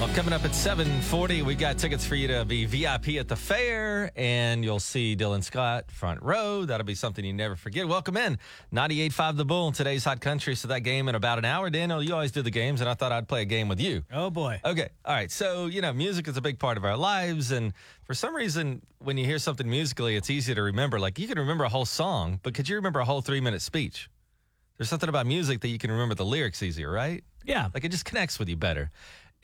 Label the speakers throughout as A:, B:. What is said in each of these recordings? A: Well, coming up at 7:40, we've got tickets for you to be VIP at the fair, and you'll see Dylan Scott front row. That'll be something you never forget. Welcome in 98.5 The Bull, today's hot country. So that game in about an hour. Daniel, you always do the games, and I thought I'd play a game with you.
B: Oh boy.
A: Okay. All right. So, you know, music is a big part of our lives. And for some reason, when you hear something musically, it's easy to remember. Like, you can remember a whole song, but could you remember a whole three minute speech? There's something about music that you can remember the lyrics easier, right?
B: Yeah.
A: Like, it just connects with you better.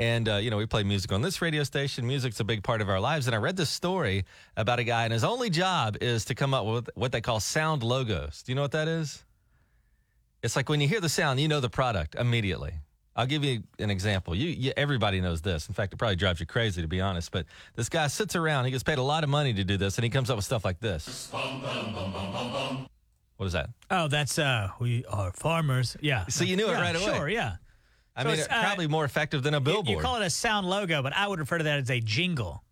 A: And, uh, you know, we play music on this radio station. Music's a big part of our lives. And I read this story about a guy, and his only job is to come up with what they call sound logos. Do you know what that is? It's like when you hear the sound, you know the product immediately. I'll give you an example. You, you everybody knows this. In fact, it probably drives you crazy to be honest. But this guy sits around. He gets paid a lot of money to do this, and he comes up with stuff like this. What is that?
B: Oh, that's uh we are farmers. Yeah.
A: So you knew it
B: Yeah,
A: right away.
B: Sure, yeah.
A: I
B: So
A: mean,
B: it's,
A: it's
B: uh,
A: probably more effective than a
B: You-
A: billboard.
B: You call it a sound logo, but I would refer to that as a jingle.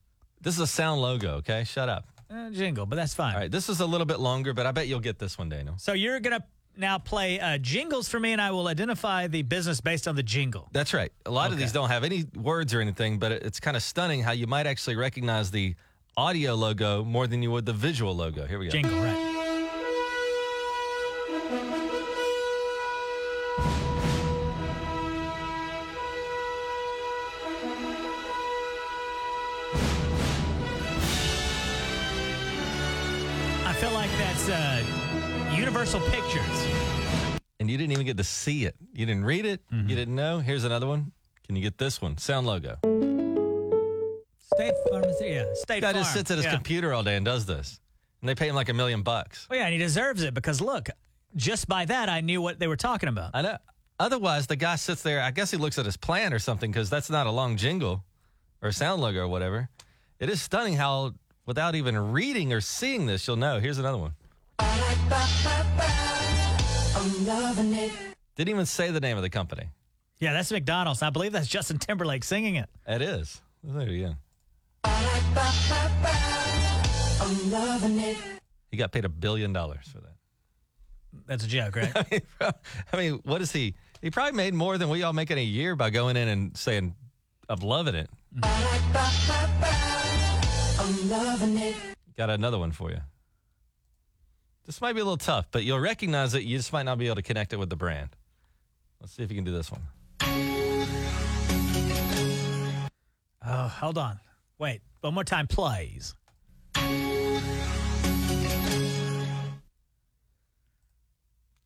A: this is a sound logo. Okay, shut up.
B: Uh, jingle, but that's fine.
A: All right, this is a little bit longer, but I bet you'll get this one, Daniel.
B: So you're going to now play uh, jingles for me, and I will identify the business based on the jingle.
A: That's right. A lot of
B: Okay.
A: these don't have any words or anything, but it- it's kind of stunning how you might actually recognize the audio logo more than you would the visual logo. Here we go.
B: Jingle, right. I feel like that's uh, Universal Pictures.
A: and you didn't even get to see it. You didn't read it.
B: Mm-hmm.
A: You didn't know. Here's another one. Can you get this one? Sound logo.
B: State Farm, is- yeah. State
A: Guy
B: Farm.
A: just sits at his
B: yeah.
A: computer all day and does this, and they pay him like a million bucks.
B: Well, Oh, yeah, and he deserves it because look, just by that I knew what they were talking about.
A: I know. Otherwise, the guy sits there. I guess he looks at his plan or something because that's not a long jingle or sound logo or whatever. It is stunning how, without even reading or seeing this, you'll know. Here's another one.
C: I'm loving it.
A: Didn't even say the name of the company.
B: Yeah, that's McDonald's. I believe that's Justin Timberlake singing it.
A: It is. There you go.
C: I'm loving it.
A: He got paid a billion dollars for that.
B: That's a joke, right?
A: I mean, what is he? He probably made more than we all make in a year by going in and saying, I'm loving it.
C: I'm loving it.
A: Got another one for you. This might be a little tough, but you'll recognize it. You just might not be able to connect it with the brand. Let's see if you can do this one.
B: oh, hold on. Wait, one more time, please.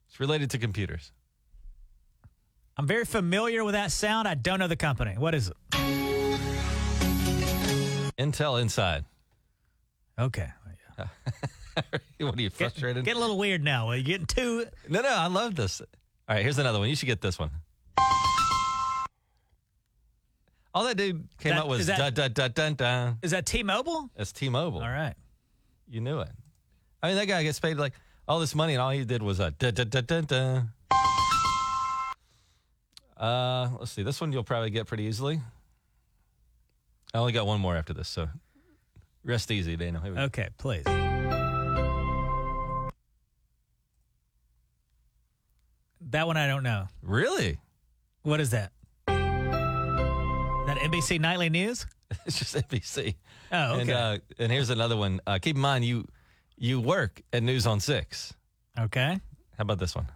A: It's related to computers.
B: I'm very familiar with that sound. I don't know the company. What is it?
A: Intel Inside.
B: Okay.
A: What are you
B: Get-
A: frustrated?
B: Getting a little weird now. You're getting too.
A: no, no, I love this. All right, here's another one. You should get this one. All that dude came
B: That-
A: up with
B: is
A: was
B: that-
A: dun, dun, dun, dun, dun.
B: Is that T-Mobile?
A: That's T-Mobile.
B: All right.
A: You knew it. I mean, that guy gets paid like all this money, and all he did was a da da da da da. Uh, let's see. This one you'll probably get pretty easily. I only got one more after this, so rest easy, Daniel. Here we go.
B: Okay, please. That one I don't know.
A: Really?
B: What is that? That NBC Nightly News?
A: It's just NBC.
B: Oh, okay.
A: And, uh, and here's another one. Uh, keep in mind, you you work at News on Six.
B: okay.
A: How about this one?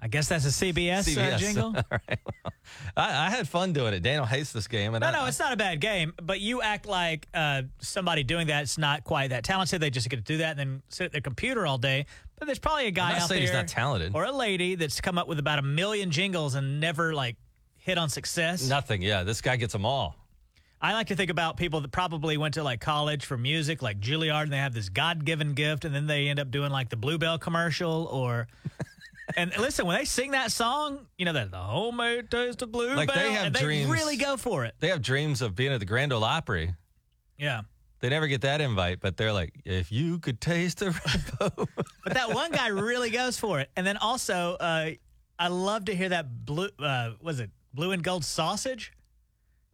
B: I guess that's a CBS, Uh,
A: CBS.
B: jingle.
A: All right. Well, I, I had fun doing it. Daniel hates this game, and
B: No,
A: I,
B: no, it's not a bad game, but you act like uh, somebody doing that's not quite that talented. They just get to do that and then sit at their computer all day. But there's probably a guy
A: not
B: out
A: saying
B: there
A: he's not talented.
B: or a lady that's come up with about a million jingles and never like hit on success.
A: nothing. Yeah, this guy gets them all.
B: I like to think about people that probably went to like college for music, like Juilliard, and they have this God given gift, and then they end up doing like the Bluebell commercial or. And listen, when they sing that song, you know that the homemade taste of bluebell,
A: have
B: and
A: dreams.
B: they really go for it.
A: they have dreams of being at the Grand Ole Opry.
B: Yeah.
A: They never get that invite, but they're like, if you could taste the rainbow.
B: But that one guy really goes for it. And then also, uh, I love to hear that blue, uh, was it blue and gold sausage?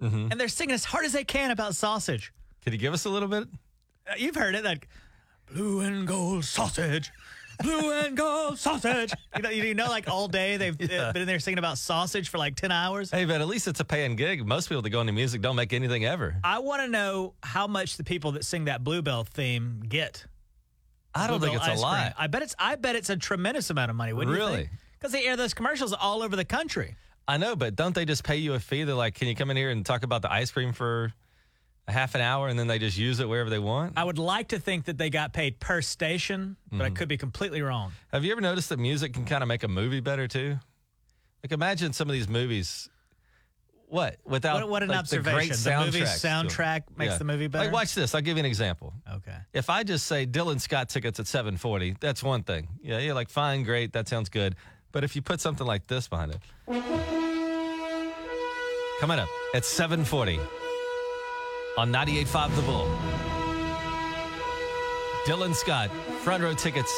A: Mm-hmm.
B: And they're singing as hard as they can about sausage.
A: could you give us a little bit?
B: Uh, you've heard it, like blue and gold sausage, blue and gold sausage. You know, you know, like all day they've uh been in there singing about sausage for like 10 hours.
A: Hey, but at least it's a paying gig. Most people that go into music don't make anything ever.
B: I want to know how much the people that sing that Bluebell theme get.
A: I don't think
B: Bluebell
A: it's a
B: ice
A: lot.
B: cream. I bet it's I bet it's a tremendous amount of money, wouldn't you?
A: Really?
B: Because they air those commercials all over the country.
A: I know, but don't they just pay you a fee? They're like, can you come in here and talk about the ice cream for a half an hour and then they just use it wherever they want?
B: I would like to think that they got paid per station, but
A: Mm-hmm.
B: I could be completely wrong.
A: Have you ever noticed that music can kind of make a movie better too? Like, imagine some of these movies. What? Without
B: What- what an
A: Oh, like, the great
B: observation. The movie's
A: soundtracks to them.
B: soundtrack makes the movie better?
A: Like, watch this. I'll give you an example.
B: Okay.
A: If I just say Dylan Scott tickets at 740, that's one thing. Yeah, you're like, fine, great, that sounds good. But if you put something like this behind it. Coming up at 740 on 98.5 The Bull. Dylan Scott, front row tickets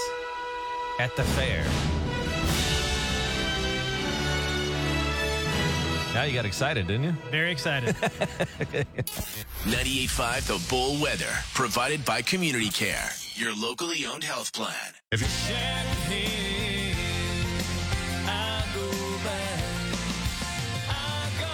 A: at the fair. Now you got excited, didn't you?
B: Very excited.
D: 98.5 The Bull Weather, provided by Community Care, your locally owned health plan.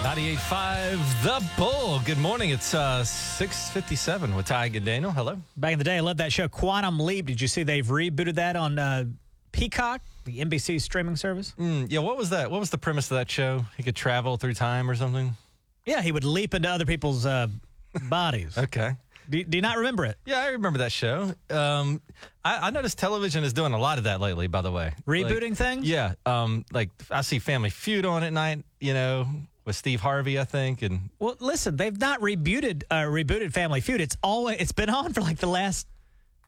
A: Ninety-eight-five, The Bull. Good morning. It's uh, 6.57 with Ty and Daniel. Hello.
B: Back in the day, I loved that show, Quantum Leap. Did you see they've rebooted that on uh, Peacock, the NBC streaming service?
A: Mm, yeah, what was that? What was the premise of that show? He could travel through time or something?
B: Yeah, he would leap into other people's uh, bodies.
A: Okay.
B: do, do you not remember it?
A: Yeah, I remember that show. Um, I, I noticed television is doing a lot of that lately, by the way.
B: Rebooting
A: Like,
B: things?
A: Yeah. Um, like, I see Family Feud on at night, you know, with Steve Harvey, I think. And
B: Well, listen, they've not rebooted uh, rebooted Family Feud. It's always it's been on for like the last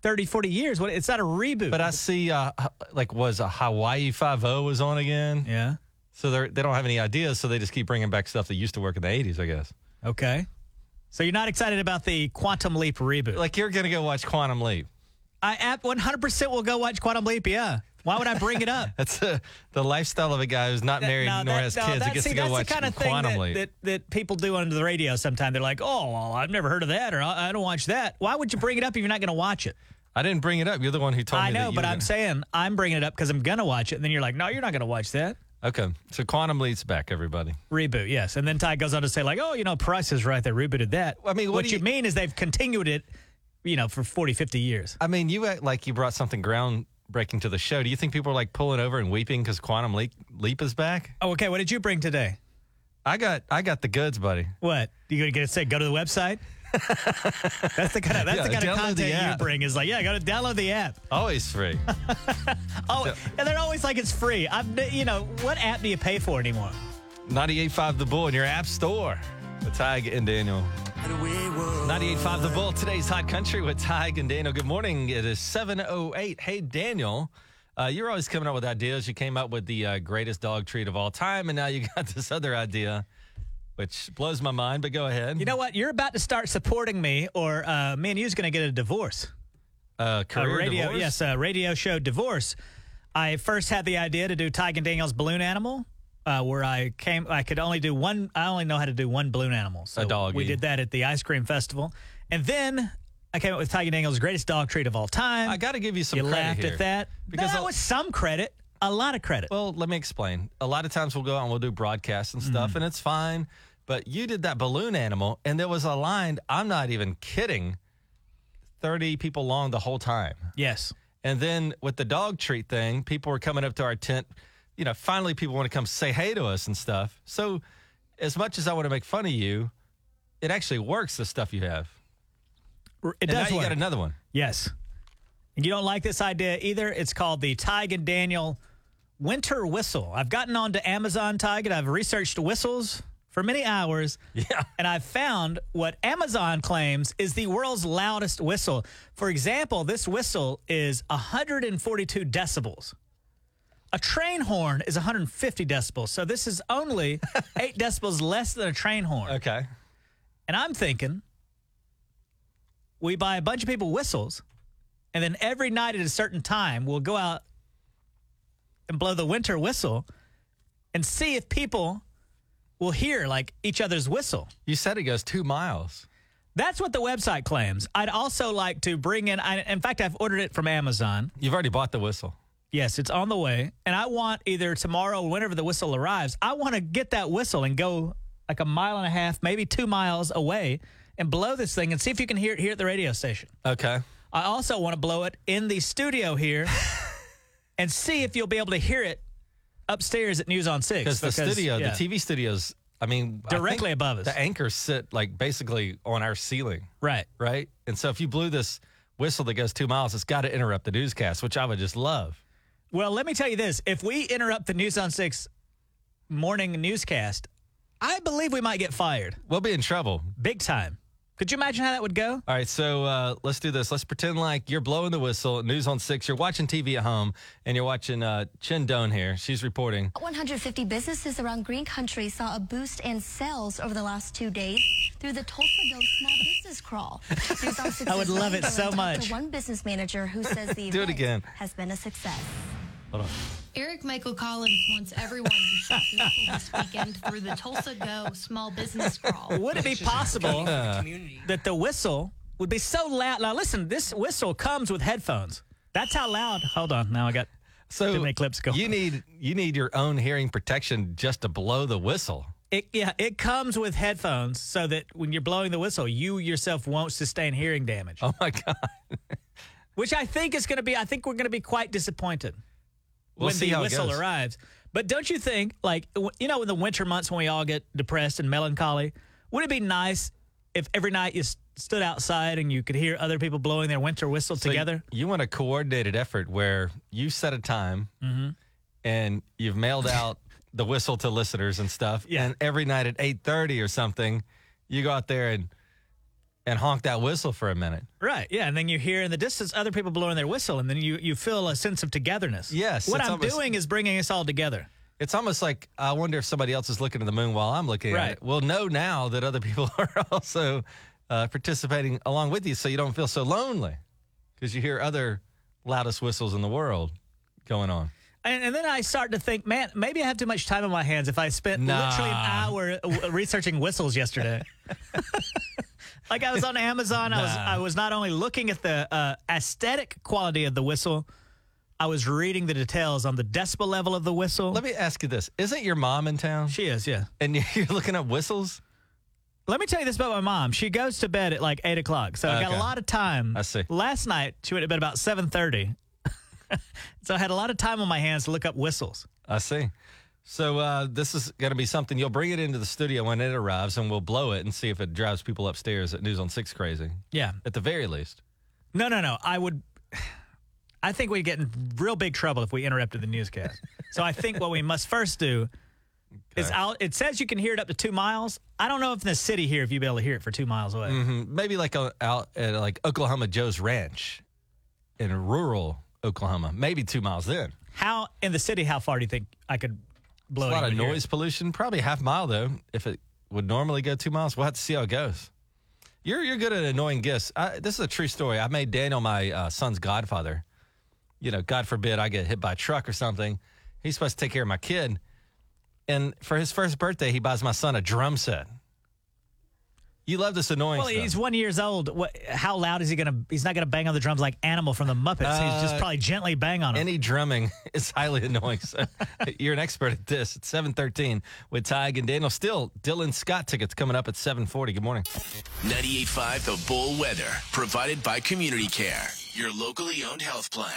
B: 30, 40 years. What it's not a reboot.
A: But I see, uh, h- like, was a Hawaii Five-O was on again.
B: yeah.
A: So they're, they don't have any ideas, so they just keep bringing back stuff that used to work in the 80s, I guess.
B: Okay. So you're not excited about the Quantum Leap reboot?
A: Like, you're going to go watch Quantum Leap.
B: I ab- 100% will go watch Quantum Leap. Yeah. Why would I bring it up?
A: That's uh, the lifestyle of a guy who's not married
B: No,
A: nor
B: that-
A: has
B: no,
A: kids.
B: that-
A: He gets
B: see,
A: to go
B: that's
A: watch
B: the kind of thing
A: Quantum
B: that,
A: Leap.
B: That, that people do under the radio sometimes. They're like, oh, well, I've never heard of that or I, I don't watch that. Why would you bring it up if you're not going to watch it?
A: I didn't bring it up. You're the one who told
B: I
A: me. that
B: know,
A: you
B: but
A: were
B: I'm
A: gonna-
B: saying I'm bringing it up because I'm going to watch it. And then you're like, no, you're not going to watch that.
A: Okay, so Quantum Leap's back, everybody.
B: Reboot, yes. And then Ty goes on to say, like, oh, you know, Price is right. They rebooted that.
A: I mean, what do
B: you,
A: you-
B: mean is they've continued it, you know, for 40, 50 years.
A: I mean, you act like you brought something groundbreaking to the show. Do you think people are like pulling over and weeping because Quantum Leap Leap is back?
B: Oh, okay. What did you bring today?
A: I got I got the goods, buddy.
B: What? You going to say, go to the website? that's the kind of that's
A: Yeah,
B: the kind
A: download
B: of
A: the
B: content you
A: app.
B: bring is like, yeah, go to download the app.
A: Always free.
B: Oh, and they're always like it's free. I've n- you know what app do you pay for anymore?
A: 98.5 The Bull in your app store. With Tig and Daniel. 98.5 The Bull, today's Hot Country with Tig and Daniel. Good morning. It is 7.08. Hey, Daniel, uh, you're always coming up with ideas. You came up with the uh, greatest dog treat of all time, and now you got this other idea, which blows my mind, but go ahead.
B: You know what? You're about to start supporting me, or uh, me and you's going to get a divorce.
A: uh,
B: A
A: career
B: radio,
A: divorce?
B: yes, a radio show divorce. I first had the idea to do Tyg and Daniel's balloon animal, uh, where I came. I could only do one. I only know how to do one balloon animal. So
A: A doggy.
B: We did that at the ice cream festival, and then I came up with Tyg and Daniel's greatest dog treat of all time.
A: I got to give you some
B: you
A: credit
B: laughed
A: here.
B: at that
A: Because
B: because that
A: I'll-
B: was some credit, a lot of credit.
A: Well, let me explain. A lot of times we'll go out and we'll do broadcasts and stuff,
B: Mm.
A: and it's fine. But you did that balloon animal, and there was a line, I'm not even kidding, 30 people long the whole time.
B: yes,
A: And then with the dog treat thing, people were coming up to our tent. You know, finally people want to come say hey to us and stuff. So, as much as I want to make fun of you, it actually works, the stuff you have.
B: R- it
A: And
B: does
A: now you
B: work.
A: got another one.
B: Yes. And you don't like this idea either. It's called the Tig and Daniel Winter Whistle. I've gotten onto Amazon Tig and I've researched whistles for many hours.
A: Yeah.
B: And I've found what Amazon claims is the world's loudest whistle. For example, this whistle is 142 decibels. A train horn is 150 decibels. So this is only 8 decibels less than a train horn.
A: Okay.
B: And I'm thinking, we buy a bunch of people whistles, and then every night at a certain time, we'll go out and blow the winter whistle and see if people will hear like each other's whistle.
A: You said it goes two miles.
B: That's what the website claims. I'd also like to bring in, I, in fact, I've ordered it from Amazon.
A: You've already bought the whistle.
B: Yes, it's on the way. And I want either tomorrow or whenever the whistle arrives, I want to get that whistle and go like a mile and a half, maybe two miles away and blow this thing and see if you can hear it here at the radio station.
A: Okay.
B: I also want to blow it in the studio here and see if you'll be able to hear it upstairs at News on Six.
A: Because the studio,
B: yeah.
A: the TV studios, I mean, I think
B: Directly above us.
A: The anchors sit like basically on our ceiling,
B: Right.
A: right? And so if you blew this whistle that goes two miles, it's got to interrupt the newscast, which I would just love.
B: Well, let me tell you this. If we interrupt the News on Six morning newscast, I believe we might get fired
A: We'll be in trouble.
B: big time. Could you imagine how that would go?
A: All right, so uh, let's do this. Let's pretend like you're blowing the whistle. News on six. You're watching TV at home, and you're watching uh, Chin Doan here. She's reporting.
E: 150 businesses around Green Country saw a boost in sales over the last two days through the Tulsa Go Small Business Crawl. News on Six's
B: I would love
E: Ryan
B: it so
E: Dolan talked
B: much.
E: To one business manager who says the
A: Do it
E: event
A: again.
E: has been a success.
F: Eric Michael Collins wants everyone to shop local this weekend through the Tulsa Go Small Business Crawl.
B: Would it be possible that the whistle would be so loud? Now, listen, this whistle comes with headphones. That's how loud. Hold on. Now I got.
A: So
B: Too many clips going.
A: You need you need your own hearing protection just to blow the whistle.
B: It, yeah, it comes with headphones so that when you're blowing the whistle, you yourself won't sustain hearing damage,
A: Oh my god.
B: which I think is going to be, I think we're going to be quite disappointed.
A: We'll
B: when
A: see
B: the
A: how it
B: whistle
A: goes.
B: arrives. But don't you think, like, w- you know, in the winter months when we all get depressed and melancholy, would it be nice if every night you s- stood outside and you could hear other people blowing their winter whistle
A: So you-
B: together?
A: You, want a coordinated effort where you set a time
B: Mm-hmm.
A: and you've mailed out the whistle to listeners and stuff.
B: Yeah.
A: And every night at eight thirty or something, you go out there and and honk that whistle for a minute.
B: Right. Yeah. And then you hear in the distance other people blowing their whistle, and then you, you feel a sense of togetherness.
A: Yes,
B: What
A: it's
B: I'm
A: almost-
B: doing is bringing us all together.
A: It's almost like I wonder if somebody else is looking at the moon while I'm looking at
B: Right.
A: it. We'll know now that other people are also uh, participating along with you, so you don't feel so lonely because you hear other loudest whistles in the world going on.
B: And, and then I start to think, man, maybe I have too much time on my hands if I spent
A: Nah.
B: literally an hour uh, w- researching whistles yesterday. like I was on Amazon, I was I was not only looking at the uh, aesthetic quality of the whistle, I was reading the details on the decibel level of the whistle.
A: Let me ask you this: Isn't your mom in town?
B: she is, yeah.
A: and you're looking up whistles.
B: Let me tell you this about my mom. She goes to bed at like eight o'clock, so I got
A: Okay.
B: a lot of time.
A: I see.
B: Last night she went to bed about seven thirty, so I had a lot of time on my hands to look up whistles.
A: I see. So uh, this is going to be something you'll bring it into the studio when it arrives, and we'll blow it and see if it drives people upstairs at News on Six crazy.
B: Yeah,
A: At the very least,
B: No, no, no. I would. I think we'd get in real big trouble if we interrupted the newscast. so I think what we must first do is
A: Okay.
B: out. It says you can hear it up to two miles. I don't know if in the city here if you'd be able to hear it for two miles away.
A: Mhm. maybe like a, out at like Oklahoma Joe's Ranch in rural Oklahoma, maybe two miles. Then
B: How in the city? How far do you think I could blow?
A: a lot
B: it
A: of
B: and hear it?
A: noise pollution, probably half mile though. If it would normally go two miles, we'll have to see how it goes. You're you're good at annoying guests. I, this is a true story. I made Daniel my uh, son's godfather. You know, God forbid I get hit by a truck or something. He's supposed to take care of my kid. And for his first birthday, he buys my son a drum set. You love this annoying
B: Well,
A: stuff.
B: he's one years old. What, how loud is he gonna? He's not gonna bang on the drums like Animal from the Muppets. he's
A: Uh,
B: just probably gently bang on them.
A: Any drumming is highly annoying. So you're an expert at this. It's 713 with Tig and Daniel. Still, Dylan Scott tickets coming up at 740. Good morning.
D: 98.5 The Bull Weather, provided by Community Care, your locally owned health plan.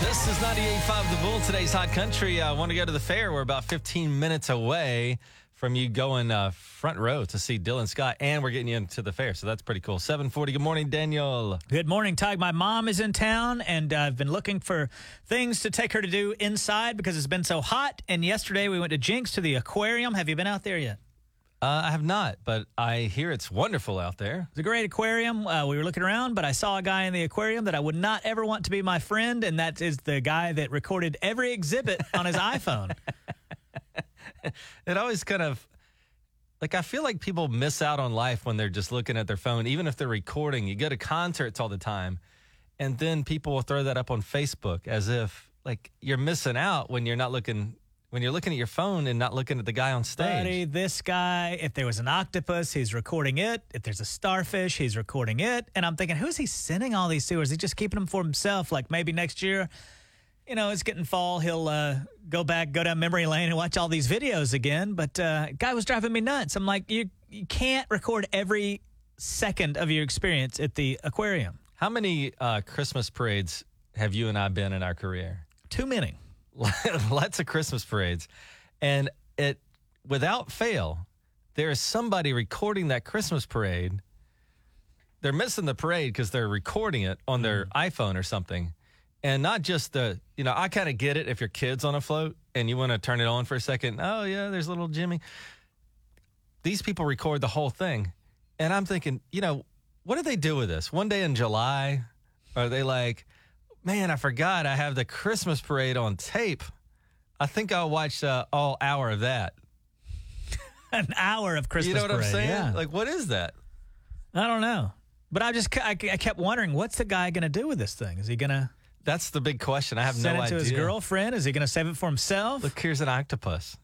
A: This is 98.5 The Bull, today's hot country. I want to go to the fair. We're about 15 minutes away from you going uh, front row to see Dylan Scott, and we're getting you into the fair. So that's pretty cool. 740. Good morning, Daniel.
B: Good morning, Tig. My mom is in town, and uh, I've been looking for things to take her to do inside because it's been so hot. And yesterday we went to Jinx to the aquarium. Have you been out there yet?
A: Uh, I have not, but I hear it's wonderful out there.
B: It's a great aquarium. Uh, we were looking around, but I saw a guy in the aquarium that I would not ever want to be my friend, and that is the guy that recorded every exhibit on his iPhone.
A: It always kind of like I feel like people miss out on life when they're just looking at their phone, even if they're recording. You go to concerts all the time, and then people will throw that up on Facebook as if like you're missing out when you're not looking when you're looking at your phone and not looking at the guy on stage.
B: Buddy, this guy, if there was an octopus, he's recording it. If there's a starfish, he's recording it. And I'm thinking, who is he sending all these to? Or is he just keeping them for himself? Like maybe next year you know, it's getting fall. He'll uh, go back, go down memory lane, and watch all these videos again. But uh, guy was driving me nuts. I'm like, you you can't record every second of your experience at the aquarium.
A: How many uh, Christmas parades have you and I been in our career?
B: Too many.
A: Lots of Christmas parades, and it without fail, there is somebody recording that Christmas parade. They're missing the parade because they're recording it on their iPhone or something, and not just the you know. I kind of get it if your kid's on a float and you want to turn it on for a second. Oh yeah, there's little Jimmy. These people record the whole thing, and I'm thinking, you know, what do they do with this? One day in July, are they like, man, I forgot I have the Christmas parade on tape. I think I'll watch uh, all hour of that.
B: An hour of Christmas.
A: You know what I'm
B: parade,
A: saying?
B: yeah.
A: Like, what is that?
B: I don't know. But I just I, I kept wondering, what's the guy going to do with this thing? Is he going to
A: That's the big question. I have
B: send
A: no
B: it to
A: idea.
B: his girlfriend? Is he going to save it for himself?
A: Look, here's an octopus.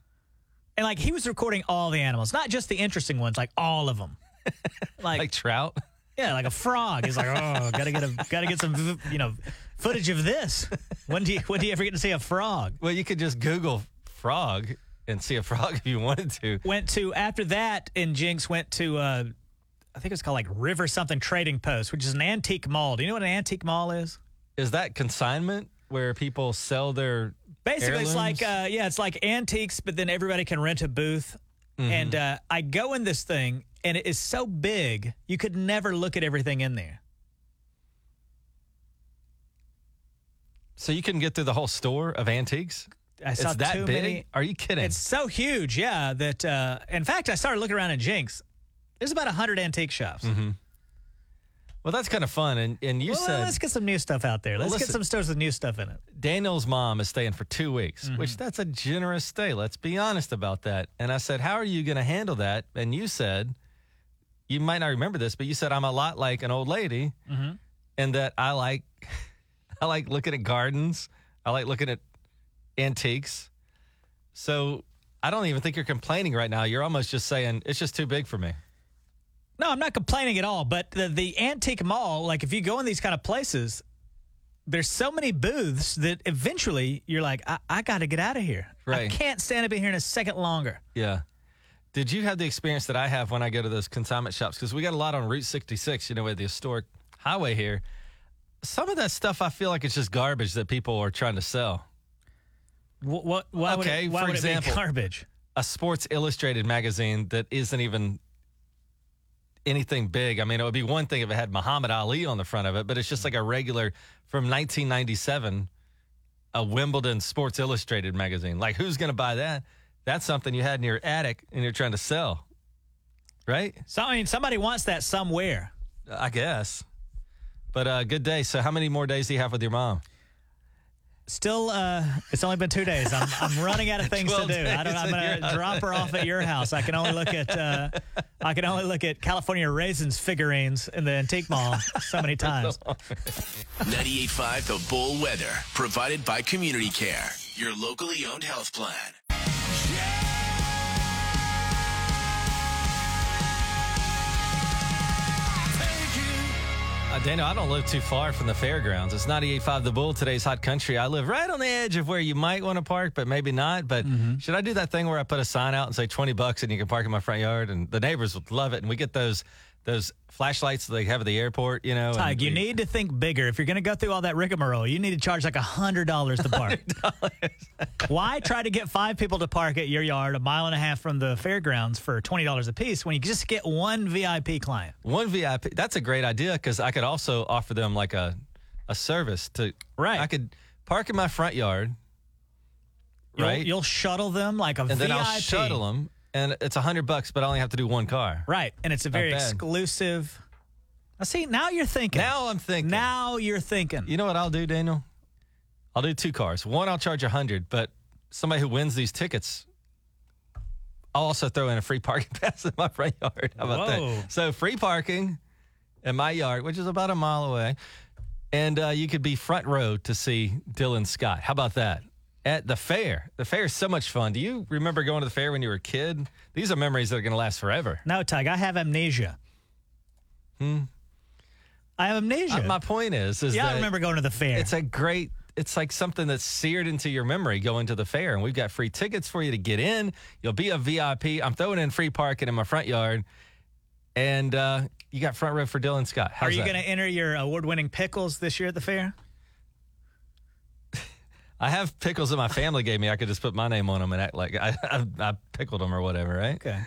B: And like he was recording all the animals, not just the interesting ones, like all of them. like,
A: Like trout.
B: yeah, like a frog is like, oh, gotta get a gotta get some v- you know footage of this. When do you when do you ever get to see a frog?
A: Well, you could just Google frog and see a frog if you wanted to.
B: Went to after that, and Jinx went to uh, I think it's called like River something Trading Post, which is an antique mall. Do you know what an antique mall is?
A: Is that consignment where people sell their
B: Basically, it's like
A: heirlooms?
B: uh, yeah, it's like antiques, but then everybody can rent a booth.
A: Mm-hmm.
B: And uh, I go in this thing, and it is so big you could never look at everything in there.
A: so you can get through the whole store of antiques.
B: I saw
A: It's that
B: too
A: big?
B: many.
A: Are you kidding?
B: It's so huge, yeah. That uh, in fact, I started looking around in Jinx. There's about hundred antique shops.
A: well, that's kind of fun. And and Mm-hmm. you
B: Well,
A: said
B: let's get some new stuff out there. Let's get
A: listen.
B: some stores with new stuff in it.
A: Daniel's mom is staying for two weeks, which that's a generous stay. Let's be honest about that. And I said, How are you going to handle that? And you said, You might not remember this, but you said, I'm a lot like an old lady and that I like. I like looking at gardens. I like looking at antiques. So I don't even think you're complaining right now. You're almost just saying it's just too big for me.
B: No, I'm not complaining at all. But the, the antique mall, like if you go in these kind of places, there's so many booths that eventually you're like, I, I got to get out of here. I
A: Right.
B: can't stand up in here in a second longer.
A: Yeah. Did you have the experience that I have when I go to those consignment shops? Because we got a lot on Route 66, you know, with the historic highway here. Some of that stuff I feel like it's just garbage that people are trying to sell.
B: What? what why would
A: Okay,
B: it, why
A: for
B: would
A: example.
B: it be garbage?
A: A Sports Illustrated magazine that isn't even anything big. I mean, it would be one thing if it had Muhammad Ali on the front of it, but it's just like a regular from 1997, a Wimbledon Sports Illustrated magazine. Like, who's going to buy that? That's something you had in your attic and you're trying to sell, right?
B: So I mean, somebody wants that somewhere.
A: I guess. But uh, good day. So, how many more days do you have with your mom?
B: Still, uh, it's only been two days. I'm, I'm running out of things to
A: 12
B: do. I don't,
A: days
B: I'm
A: and
B: going to drop her off at your house. I can only look at uh, I can only look at California raisins figurines in the antique mall so many times.
D: 98.5 The Bull Weather, provided by Community Care, your locally owned health plan.
A: Uh, Daniel, I don't live too far from the fairgrounds. It's 98.5 The Bull, today's hot country. I live right on the edge of where you might want to park, but maybe not. But should I do that thing where I put a sign out and say 20 bucks and you can park in my front yard? And the neighbors would love it. And we get those those flashlights that they have at the airport, you know.
B: Tig,
A: and
B: you
A: we-
B: need to think bigger. If you're going to go through all that rigmarole, you need to charge like hundred dollars to park. Why try to get five people to park at your yard a mile and a half from the fairgrounds for twenty dollars a piece when you just get one VIP client?
A: One VIP. That's a great idea because I could also offer them like a a service to.
B: Right.
A: I could park in my front yard.
B: You'll,
A: right.
B: you'll shuttle them like a
A: and
B: VIP.
A: then I'll shuttle them, and it's a hundred bucks, but I only have to do one car.
B: Right. And it's a very
A: bad.
B: exclusive. Now, see, now you're thinking.
A: Now I'm thinking.
B: now you're thinking.
A: you know what I'll do, Daniel? I'll do two cars. One I'll charge a hundred, but somebody who wins these tickets, I'll also throw in a free parking pass in my front yard. How about
B: Whoa.
A: that? So free parking in my yard, which is about a mile away, and uh, you could be front row to see Dylan Scott. How about that? At the fair. The fair is so much fun. Do you remember going to the fair when you were a kid? These are memories that are going to last forever.
B: no, Tug, I have amnesia. Hmm. I have amnesia.
A: Uh, my point is, is
B: yeah, I
A: that
B: remember going to the fair.
A: it's a great it's like something that's seared into your memory going to the fair. And we've got free tickets for you to get in. You'll be a VIP. I'm throwing in free parking in my front yard, and uh, you got front row for Dylan Scott. How's
B: Are you
A: that?
B: going to enter your award-winning pickles this year at the fair?
A: I have pickles that my family gave me. I could just put my name on them and act like I, I, I pickled them or whatever, right?
B: Okay.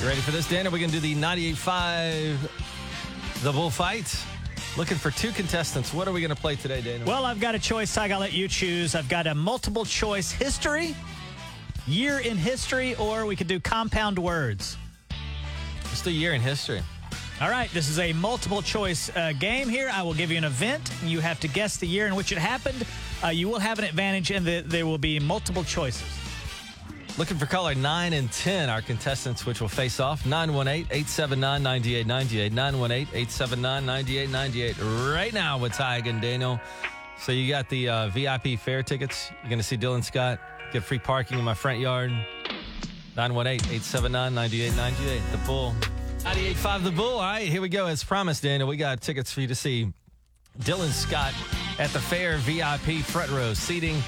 A: You ready for this, Dan? Are we going to do the 98.5 The Bullfight? Looking for two contestants. What are we going to play today, Dana?
B: Well, I've got a choice. I got to let you choose. I've got a multiple choice history, year in history, or we could do compound words.
A: It's the year in history.
B: All right, this is a multiple choice uh, game here. I will give you an event. You have to guess the year in which it happened. Uh, you will have an advantage, and the, there will be multiple choices.
A: Looking for caller 9 and 10, our contestants, which will face off 918 879 9898. 918 879 9898. Right now with Tig and Daniel. So you got the uh, VIP fair tickets. You're going to see Dylan Scott get free parking in my front yard. 918 879 9898. The Bull. 985 The Bull. All right, here we go. As promised, Daniel, we got tickets for you to see Dylan Scott at the fair VIP front row seating.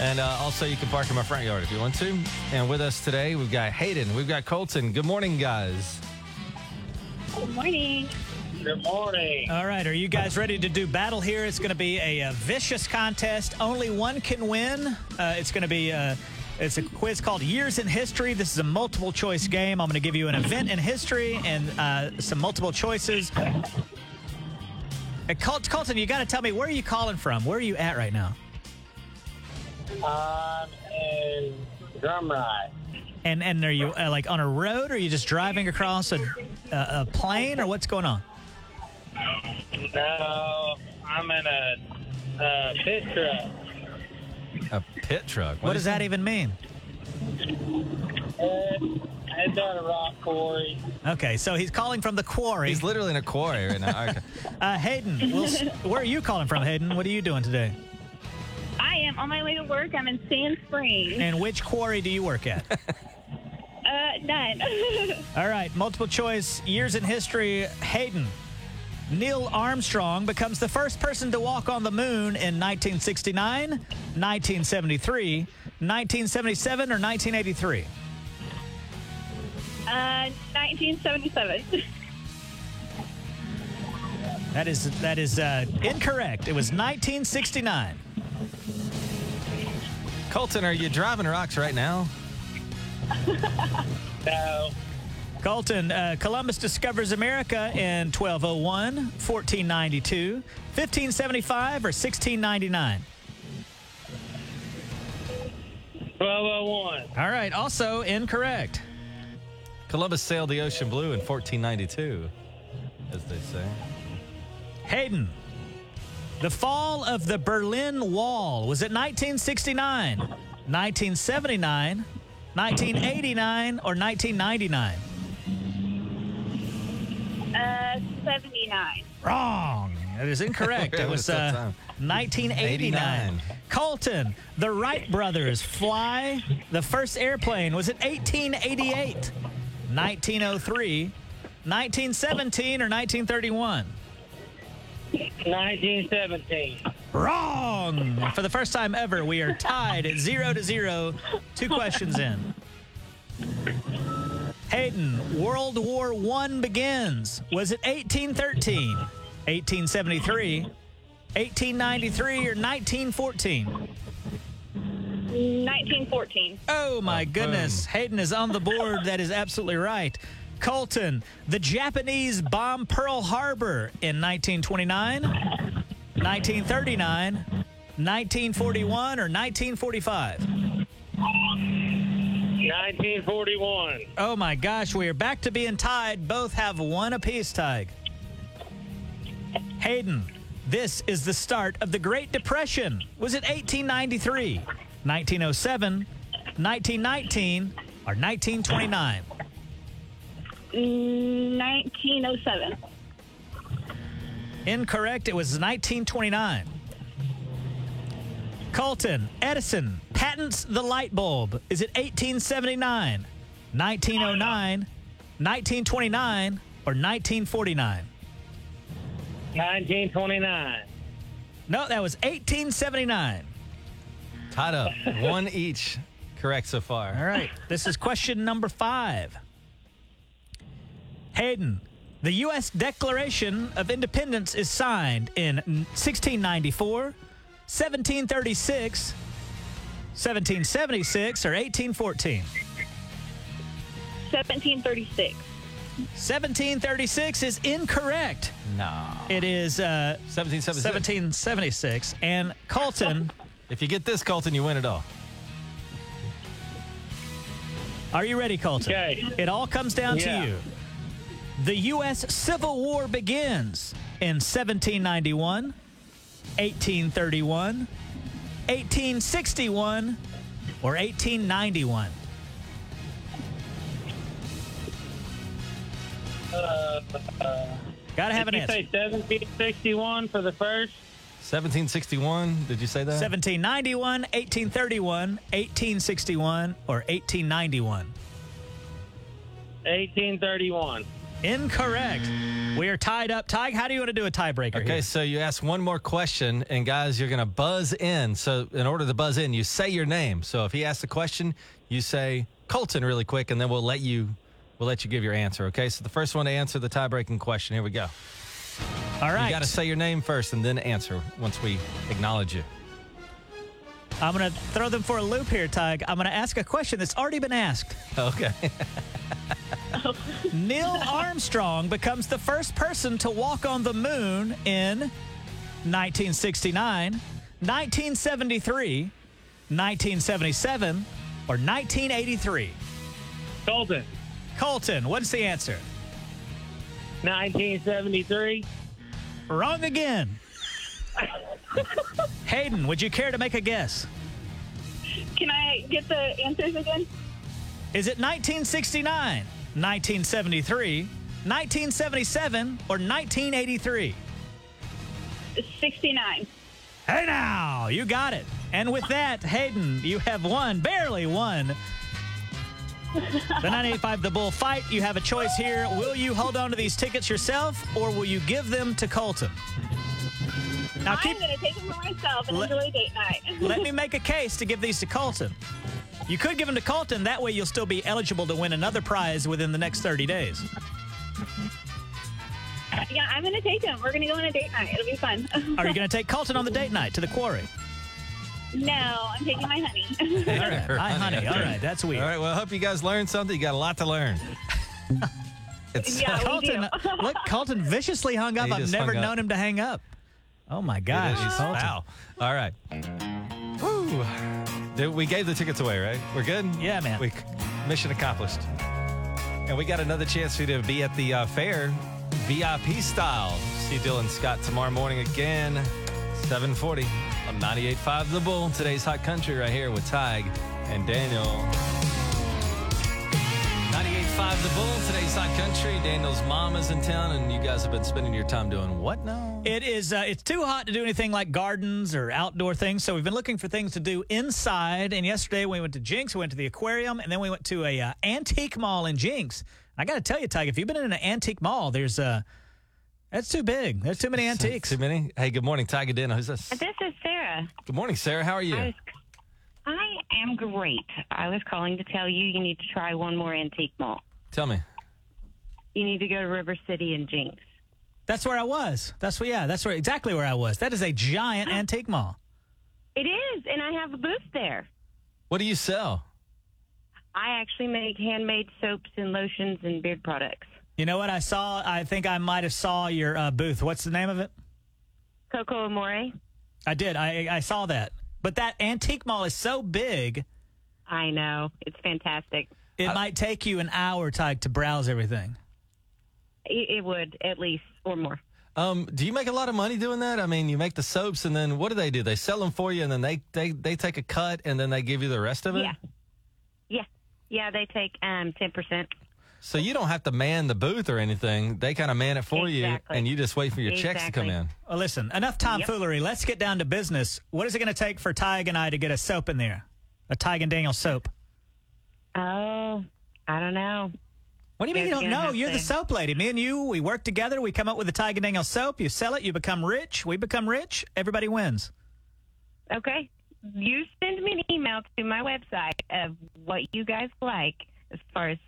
A: And uh, also, you can park in my front yard if you want to. And with us today, we've got Hayden, we've got Colton. Good morning, guys.
G: Good morning.
H: Good morning.
B: All right, are you guys ready to do battle here? It's going to be a, uh vicious contest. Only one can win. Uh, it's going to be uh it's a quiz called Years in History. This is a multiple choice game. I'm going to give you an event in history and uh, some multiple choices. Uh, Col- Colton, you got to tell me where are you calling from? Where are you at right now?
H: I'm in Drum Ride.
B: And and are you uh, like on a road? Or are you just driving across a, a, a plane, or what's going on?
H: No, I'm in a, a pit truck.
A: A pit truck.
B: What does that even mean?
H: It's, it's on a rock quarry.
B: Okay, so he's calling from the quarry.
A: He's literally in a quarry right now. Okay.
B: Uh, Hayden, we'll, s- where are you calling from, Hayden? What are you doing today?
G: I am on my way to work. I'm in Sand Springs.
B: And which quarry do you work at?
G: Uh, none.
B: All right, multiple choice, years in history. Hayden, Neil Armstrong becomes the first person to walk on the moon in 1969, 1973, 1977, or 1983.
G: uh, 1977.
B: That is that is uh, incorrect. It was 1969.
A: Colton, are you driving rocks right now?
H: No,
B: Colton, uh, Columbus discovers America in 1201, 1492, 1575, or 1699.
H: 1201.
B: All right, also incorrect.
A: Columbus sailed the ocean blue in 1492, as they say.
B: Hayden, the fall of the Berlin Wall was it 1969, 1979, 1989, or 1999?
G: Uh, 79.
B: Wrong. That is incorrect.
A: Yeah,
B: it was
A: it was that
B: uh,
A: time.
B: 1989.
A: 89.
B: Colton, the Wright brothers fly the first airplane. Was it 1888, 1903, 1917, or 1931?
H: 1917.
B: Wrong. For the first time ever, we are tied at zero to zero. Two questions in. Hayden, World War One begins. Was it 1813, 1873, 1893, or 1914?
G: 1914.
B: Oh my goodness. Hayden is on the board. That is absolutely right. Colton, the Japanese bomb Pearl Harbor in 1929, 1939, 1941, or 1945.
H: 1941.
B: Oh my gosh, we are back to being tied. Both have one apiece, Tig. Hayden, this is the start of the Great Depression. Was it 1893, 1907, 1919, or 1929?
G: 1907.
B: Incorrect. It was 1929. Colton Edison patents the light bulb. Is it 1879, 1909, 1929, or 1949?
H: 1929.
B: No, that was 1879.
A: Tied up. One each. Correct so far.
B: All right. This is question number five. Hayden, the U.S. Declaration of Independence is signed in 1694, 1736, 1776, or 1814.
G: 1736.
B: 1736 is incorrect.
A: No.
B: It is uh,
A: 1776.
B: 1776. And Colton,
A: If you get this, Colton, you win it all.
B: are you ready, Colton?
H: Okay.
B: It all comes down
H: Yeah.
B: to you. The U.S. Civil War begins in 1791, 1831, 1861, or 1891. Gotta have an
H: Did
B: answer.
H: you say 1761 for the first?
A: 1761. Did you say that?
B: 1791, 1831, 1861, or 1891.
H: 1831.
B: Incorrect. We are tied up. Tig, how do you want to do a tiebreaker?
A: Okay,
B: here?
A: so you ask one more question, and guys, you're going to buzz in. So, in order to buzz in, you say your name. So, if he asks a question, you say Colton really quick, and then we'll let you we'll let you give your answer. Okay, so the first one to answer the tie-breaking question. Here we go.
B: All right.
A: You got to say your name first, and then answer once we acknowledge you.
B: I'm going to throw them for a loop here, Tig. I'm going to ask a question that's already been asked.
A: Okay,
B: Neil Armstrong becomes the first person to walk on the moon in 1969, 1973, 1977, or 1983.
H: Colton,
B: Colton, what's the answer?
H: 1973.
B: Wrong again. Hayden, would you care to make a guess?
G: Can I get the answers again?
B: Is it 1969, 1973, 1977, or 1983?
G: 69.
B: Hey now, you got it. And with that, Hayden, you have won, barely won. The 985 The Bull fight. You have a choice here. Will you hold on to these tickets yourself or will you give them to Colton? Now keep
G: I'm going to take them for myself and
B: Let-
G: enjoy date night.
B: let me make a case to give these to Colton. You could give them to Colton. That way, you'll still be eligible to win another prize within the next 30 days.
G: yeah, I'm going to take them. We're going to go on a date night. It'll be fun.
B: Are you going to take Colton on the date night to the quarry?
G: no, I'm taking my honey.
B: All right. Hi, honey.
A: Honey,
B: All
A: okay.
B: right. That's weird.
A: all right. Well, I hope you guys learned something. You got a lot to learn. It's
G: yeah, we do.
B: Colton, look, Colton viciously hung up.
A: He
B: I've
A: just
B: never
A: hung up.
B: known him to hang up. Oh, my gosh.
A: It is.
B: Colton.
A: Wow. All right. Woo. Dude, We gave the tickets away, right? We're good?
B: Yeah, man.
A: We, mission accomplished. And we got another chance for you to be at the uh, fair VIP style. See Dylan Scott tomorrow morning again, 740 on 98.5 The Bull. Today's Hot Country right here with Tig and Daniel. 98.5 The Bull, today's Hot Country. Daniel's mom is in town, and you guys have been spending your time doing what now?
B: It is. Uh, it's too hot to do anything like gardens or outdoor things, so we've been looking for things to do inside. And yesterday we went to Jinx, we went to the aquarium, and then we went to a uh, antique mall in Jinx. I got to tell you, Tig, if you've been in an antique mall, there's uh, that's too big. There's too many antiques.
A: Too many? Hey, good morning, Tiger Dana. Who's this?
I: This is Sarah.
A: Good morning, Sarah. How are you?
I: I am great. I was calling to tell you you need to try one more antique mall.
A: Tell me.
I: You need to go to River City and Jinx.
B: That's where I was. That's where. Yeah, that's where exactly where I was. That is a giant antique mall.
I: It is, and I have a booth there.
A: What do you sell?
I: I actually make handmade soaps and lotions and beard products.
B: You know what I saw? I think I might have saw your uh, booth. What's the name of it?
I: Coco Amore.
B: I did. I I saw that. But that antique mall is so big,
I: I know. It's fantastic.
B: it might take you an hour, Tig, to browse everything.
I: It, it would, at least, or more.
A: Um, do you make a lot of money doing that? I mean, you make the soaps, and then what do they do? They sell them for you, and then they they, they take a cut, and then they give you the rest of it.
I: Yeah. Yeah. Yeah, they take um, 10%.
A: So you don't have to man the booth or anything. They kind of man it for
I: Exactly.
A: you, and you just wait for your checks to come in.
I: Exactly.
B: Well, Uh, listen, enough tomfoolery. Let's get down to business. What is it going to take for Tig and I to get a soap in there? A Tig and Daniel soap.
I: Oh, I don't know.
B: What do you mean you
I: You're
B: don't
I: gonna
B: know?
I: have
B: You're the
I: to-
B: soap lady. Me and you, we work together. We come up with the Tiger Daniel soap. You sell it. You become rich. We become rich. Everybody wins.
I: Okay. You send me an email to my website of what you guys like as far as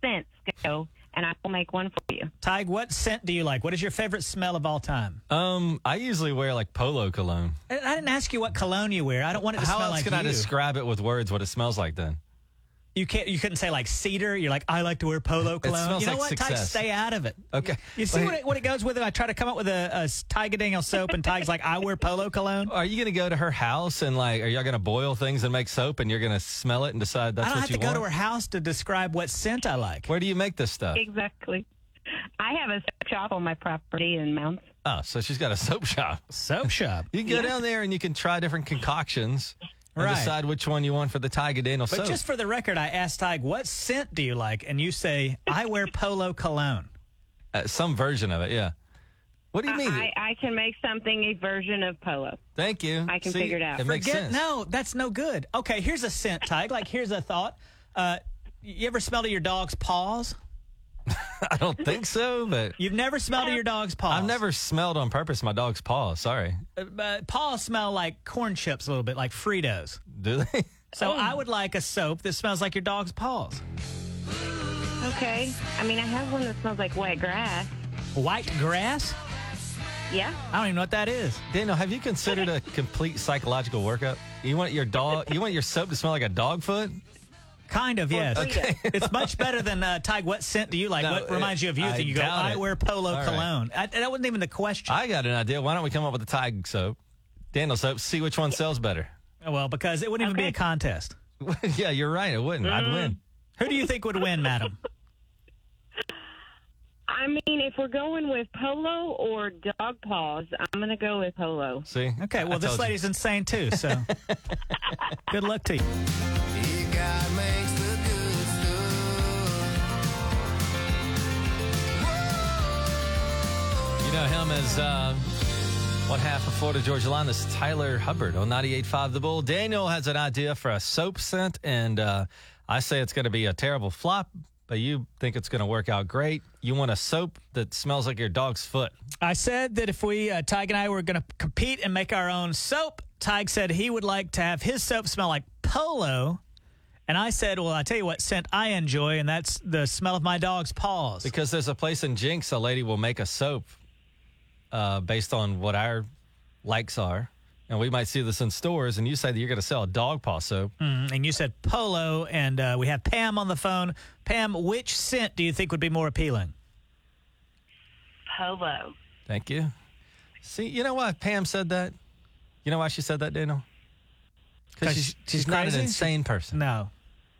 I: scents go, and I will make one for you.
B: Tig, what scent do you like? What is your favorite smell of all time?
A: Um, I usually wear like polo cologne.
B: I- I didn't ask you what cologne you wear. I don't want it to
A: How
B: smell
A: else
B: like
A: can
B: you.
A: I describe it with words? What it smells like then?
B: you can't. You couldn't say like cedar. You're like I like to wear polo cologne.
A: smells
B: you know
A: like
B: what? Tig,
A: success.
B: stay out of it.
A: Okay.
B: You see
A: Wait,
B: what it, what it goes with it? I try to come up with a, a s- Tiger Daniel soap, and Tig's like, I wear polo cologne.
A: Are you going to go to her house and like? Are y'all going to boil things and make soap and you're going to smell it and decide that's
B: I don't
A: what
B: have
A: you
B: to go
A: want?
B: to her house to describe what scent I like.
A: Where do you make this stuff?
I: Exactly. I have a shop on my property in Mounds.
A: Oh, so she's got a soap shop.
B: Soap shop.
A: You can go down there and you can try different concoctions and
B: Right.
A: decide which one you want for the Tiger Daniel
B: But
A: soap.
B: just for the record, I asked Tig, what scent do you like? And you say, I wear polo cologne.
A: Uh, some version of it, yeah. What do you mean?
I: I, I can make something a version of polo.
A: Thank you.
I: I can
A: See,
I: figure it out.
A: It makes
B: Forget-
A: sense.
B: No, that's no good. Okay, here's a scent, Tig. Like, here's a thought. Uh, you ever smelled of your dog's paws?
A: I don't think so, but
B: You've never smelled of your dog's paws.
A: I've never smelled on purpose my dog's paw. Sorry.
B: Uh, but paws smell like corn chips a little bit, like Fritos.
A: Do they?
B: So I would like a soap that smells like your dog's paws.
I: Okay. I mean, I have one that smells like wet grass.
B: White grass?
I: Yeah.
B: I don't even know what that is.
A: Daniel, have you considered a complete psychological workup? You want your dog you want your soap to smell like a dog foot?
B: Kind of, yes.
I: Okay.
B: it's much better than uh, Tig. What scent do you like?
A: No,
B: what reminds you of youth?
A: I
B: and you go,
A: doubt
B: I
A: it.
B: wear polo
A: All right.
B: cologne. I, that wasn't even the question.
A: I got an idea. Why don't we come up with a Tiger soap? Daniel soap, see which one sells better.
B: well, because it wouldn't even be a contest.
A: yeah, you're right. It wouldn't. I'd win.
B: Who do you think would win, madam?
I: I mean, if we're going with polo or dog paws, I'm going to go with polo.
A: See?
B: Okay, well,
A: I
B: this
A: told you.
B: lady's insane too, so good luck to you.
A: You know him as uh, one half of Florida Georgia Line. This is Tyler Hubbard on 98.5 The Bull. Daniel has an idea for a soap scent, and uh, I say it's going to be a terrible flop, but you think it's going to work out great. You want a soap that smells like your dog's foot.
B: I said that if we, uh, Tig and I, were going to compete and make our own soap, Tig said he would like to have his soap smell like polo. And I said, well, I tell you what scent I enjoy, and that's the smell of my dog's paws.
A: Because there's a place in Jinx, a lady will make a soap uh, based on what our likes are. And we might see this in stores, and you say that you're going to sell a dog paw soap.
B: Mm, and you said polo, and uh, we have Pam on the phone. Pam, which scent do you think would be more appealing?
I: Polo.
A: Thank you. See, you know why Pam said that? You know why she said that, Daniel?
B: 'Cause
A: Because she's,
B: she's-
A: she's,
B: she's
A: not an
B: crazy?
A: insane person.
B: No.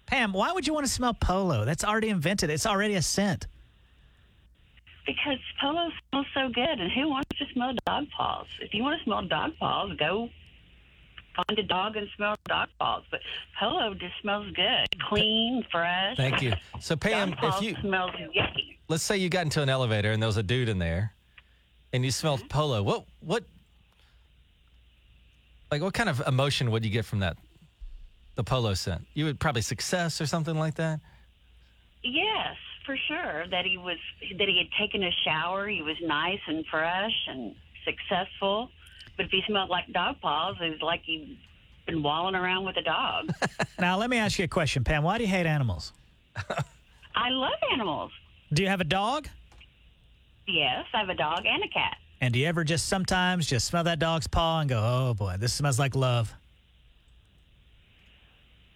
B: Pam, why would you want to smell polo? That's already invented. It's already a scent.
J: Because polo smells so good, and who wants to smell dog paws? If you want to smell dog paws, go find a dog and smell dog paws. But polo just smells good, clean, fresh.
A: Thank you. So Pam,
J: Dog
A: if
J: paws
A: you
J: smells yucky.
A: let's say you got into an elevator and there was a dude in there, and you smelled polo, what what like what kind of emotion would you get from that? The polo scent. You would probably success or something like that.
J: Yes, for sure. That he was that he had taken a shower. He was nice and fresh and successful. But if he smelled like dog paws, it was like he'd been walling around with a dog.
B: Now, let me ask you a question, Pam. Why do you hate animals?
J: I love animals.
B: Do you have a dog?
J: Yes, I have a dog and a cat.
B: And do you ever just sometimes just smell that dog's paw and go, oh boy, this smells like love?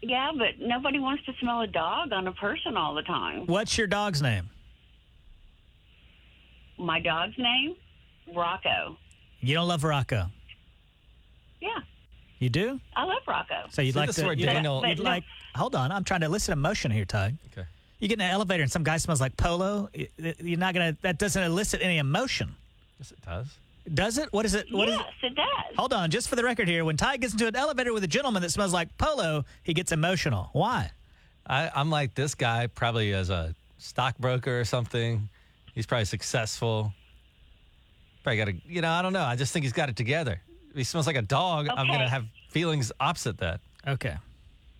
J: Yeah, but nobody wants to smell a dog on a person all the time.
B: What's your dog's name?
J: My dog's name, Rocco.
B: You don't love Rocco.
J: Yeah,
B: You do?
J: I love Rocco.
B: So you'd
A: See,
B: like
A: this
B: to.
A: is where
B: you'd like-
A: Daniel-
B: you'd
J: But no-
B: like, hold on, I'm trying to elicit emotion here, Tug.
A: Okay.
B: You get in an elevator and some guy smells like polo. y- y- You're not gonna. That doesn't elicit any emotion,
A: Yes, it does.
B: does it? What is it? What is
J: yes,
B: it?
J: it does.
B: Hold on, just for the record here, when Ty gets into an elevator with a gentleman that smells like polo, he gets emotional. Why?
A: I, I'm like this guy probably as a stockbroker or something. He's probably successful. Probably got a you know I don't know. I just think he's got it together. If he smells like a dog. I'm
J: Okay.
A: gonna have feelings opposite that.
B: Okay.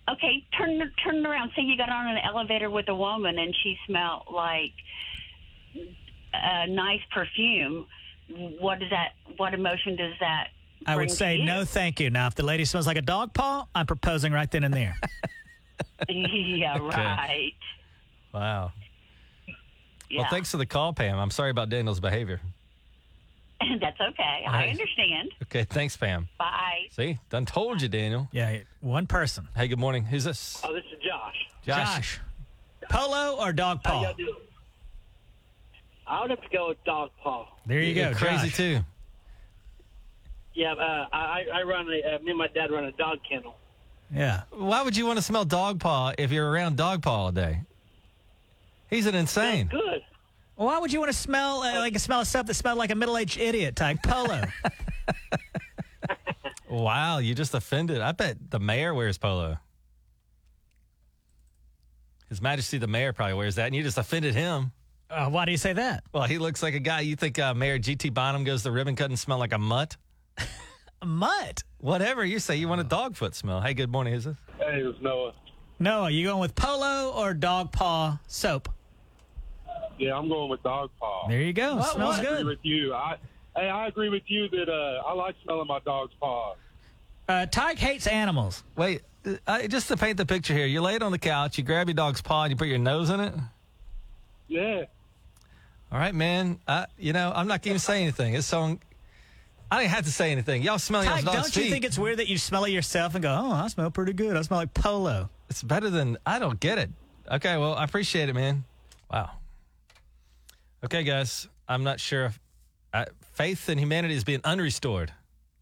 J: Okay, turned turned around. Say you got on an elevator with a woman and she smelled like a nice perfume. What does that? What emotion does that?
B: I
J: bring
B: would
J: to
B: say
J: you?
B: no, thank you. Now, if the lady smells like a dog paw, I'm proposing right then and there.
J: yeah,
A: Okay.
J: right.
A: Wow.
J: Yeah.
A: Well, thanks for the call, Pam. I'm sorry about Daniel's behavior.
J: That's okay. I
A: Nice.
J: understand.
A: Okay, thanks, Pam.
J: Bye.
A: See, done told you, Daniel.
B: Yeah, one person.
A: Hey, good morning. Who's this?
H: Oh, this is Josh.
B: Uh, Josh, polo or dog
H: How
B: paw?
H: y'all doing? I would have to go with dog paw.
B: There you
A: You're
B: go,
A: Crazy
B: Josh.
A: too.
H: Yeah, uh, I, I run a, uh, me and my dad run a dog kennel.
B: Yeah,
A: Why would you want to smell dog paw if you're around dog paw all day? He's an insane.
H: Good.
B: Well, Why would you want to smell uh, like a smell of stuff that smelled like a middle-aged idiot type polo?
A: Wow, you just offended. I bet the mayor wears polo. His Majesty the Mayor probably wears that, and you just offended him.
B: uh, why do you say that?
A: Well, he looks like a guy. You think uh, Mayor G.T. Bonham goes to ribbon cut and smell like a mutt?
B: A mutt.
A: Whatever you say, you
B: Uh.
A: want a dog foot smell. Hey, good morning. Who's this?
H: Hey, it was Noah.
B: Noah, you going with polo or dog paw soap?
H: Yeah, I'm going with dog paw.
B: There you go.
A: What-
B: Smells
A: what?
H: I agree
B: good.
H: with you. I hey, I agree with you that uh, I like smelling my dog's paws.
B: Uh, Tyke hates animals.
A: Wait, uh, I, just to paint the picture here, you lay it on the couch, you grab your dog's paw, and you put your nose in it.
H: Yeah.
A: All right, man. I, you know, I'm not going to say anything. It's so. I didn't have to say anything. Y'all smell y'all's
B: Tyke,
A: dog's
B: don't you
A: feet.
B: think it's weird that you smell it yourself and go, "Oh, I smell pretty good. I smell like polo."
A: It's better than I don't get it. Okay, well, I appreciate it, man. Wow. Okay, guys, I'm not sure if I, faith in humanity is being unrestored.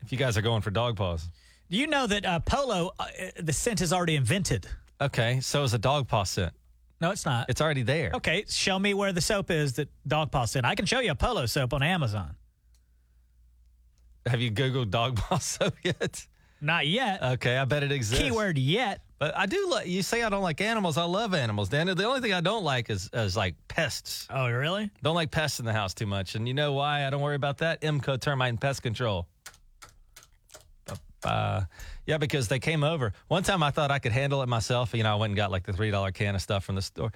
A: If you guys are going for dog paws,
B: Do you know that uh, polo, uh, the scent is already invented?
A: okay. So is a dog paw scent.
B: No, it's not.
A: It's already there.
B: okay, show me where the soap is that dog paw scent. I can show you a polo soap on Amazon.
A: Have you googled dog paw soap yet?
B: Not yet.
A: Okay, I bet it exists.
B: Keyword yet.
A: But I do. Lo- you say I don't like animals. I love animals, Daniel. The only thing I don't like is is like pests.
B: Oh, really?
A: Don't like pests in the house too much. And you know why? I don't worry about that. Imco Termite and Pest Control. Uh, yeah, because they came over. One time I thought I could handle it myself. You know, I went and got like the $3 can of stuff from the store.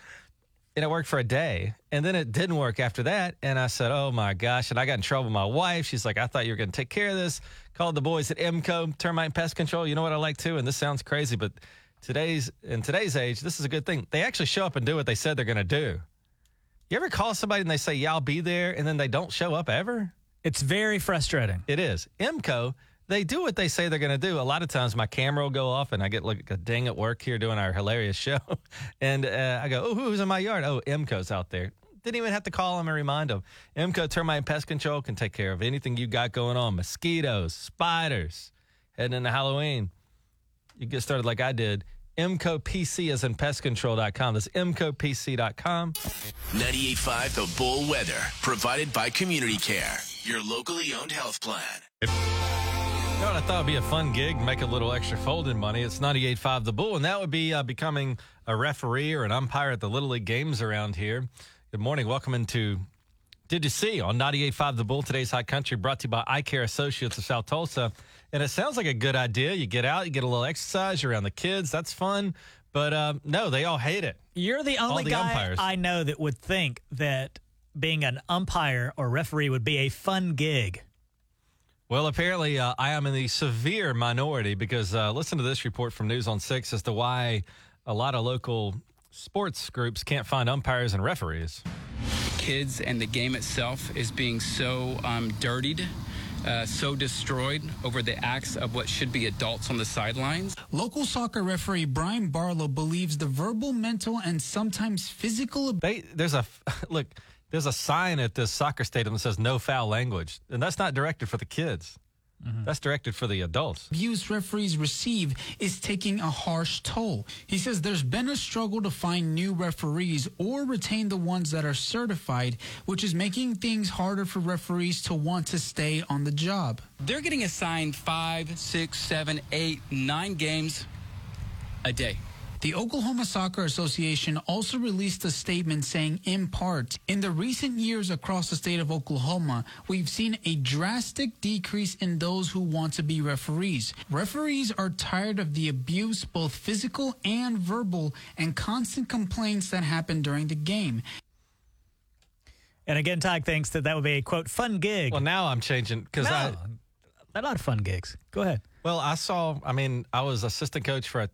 A: And it worked for a day. And then it didn't work after that. And I said, oh my gosh. And I got in trouble with my wife. She's like, I thought you were going to take care of this. Called the boys at MCO Termite and Pest Control. You know what I like too? And this sounds crazy, but today's, in today's age, this is a good thing. They actually show up and do what they said they're going to do. You ever call somebody and they say, Yeah, I'll be there, and then they don't show up ever?
B: It's very frustrating.
A: It is. MCO, they do what they say they're going to do. A lot of times my camera will go off and I get like a ding at work here doing our hilarious show. And uh, I go, Oh, who's in my yard? Oh, MCO's out there. Didn't even have to call them and remind them. MCO Termite and Pest Control can take care of anything you got going on mosquitoes, spiders, heading into Halloween you get started like I did. MCOPC is in pestcontrol.com. That's MCOPC.com.
D: 985 The Bull Weather, provided by Community Care, your locally owned health plan.
A: You know what I thought would be a fun gig, make a little extra folding money. It's 98.5 The Bull, and that would be uh, becoming a referee or an umpire at the Little League games around here. Good morning. Welcome into Did You See on 98.5 The Bull, today's High Country, brought to you by Eye Care Associates of South Tulsa. And it sounds like a good idea. You get out, you get a little exercise, you're around the kids. That's fun. But um, no, they all hate it.
B: You're the only
A: the
B: guy
A: umpires.
B: I know that would think that being an umpire or referee would be a fun gig.
A: Well, apparently, uh, I am in the severe minority because uh, listen to this report from News on Six as to why a lot of local sports groups can't find umpires and referees.
K: kids and the game itself is being so um, dirtied, uh, so destroyed over the acts of what should be adults on the sidelines.
L: Local soccer referee Brian Barlow believes the verbal, mental, and sometimes physical abuse
A: They there's a look. There's a sign at this soccer stadium that says "No foul language," and that's not directed for the kids. That's directed for the adults.
L: abuse referees receive is taking a harsh toll. He says there's been a struggle to find new referees or retain the ones that are certified, which is making things harder for referees to want to stay on the job.
K: They're getting assigned five, six, seven, eight, nine games a day.
L: The Oklahoma Soccer Association also released a statement saying, in part, in the recent years across the state of Oklahoma, we've seen a drastic decrease in those who want to be referees. Referees are tired of the abuse, both physical and verbal, and constant complaints that happen during the game.
B: And again, Todd thinks that that would be a quote fun gig.
A: Well, now I'm changing because I.
B: a lot of fun gigs. Go ahead.
A: Well, I saw. I mean, I was assistant coach for a,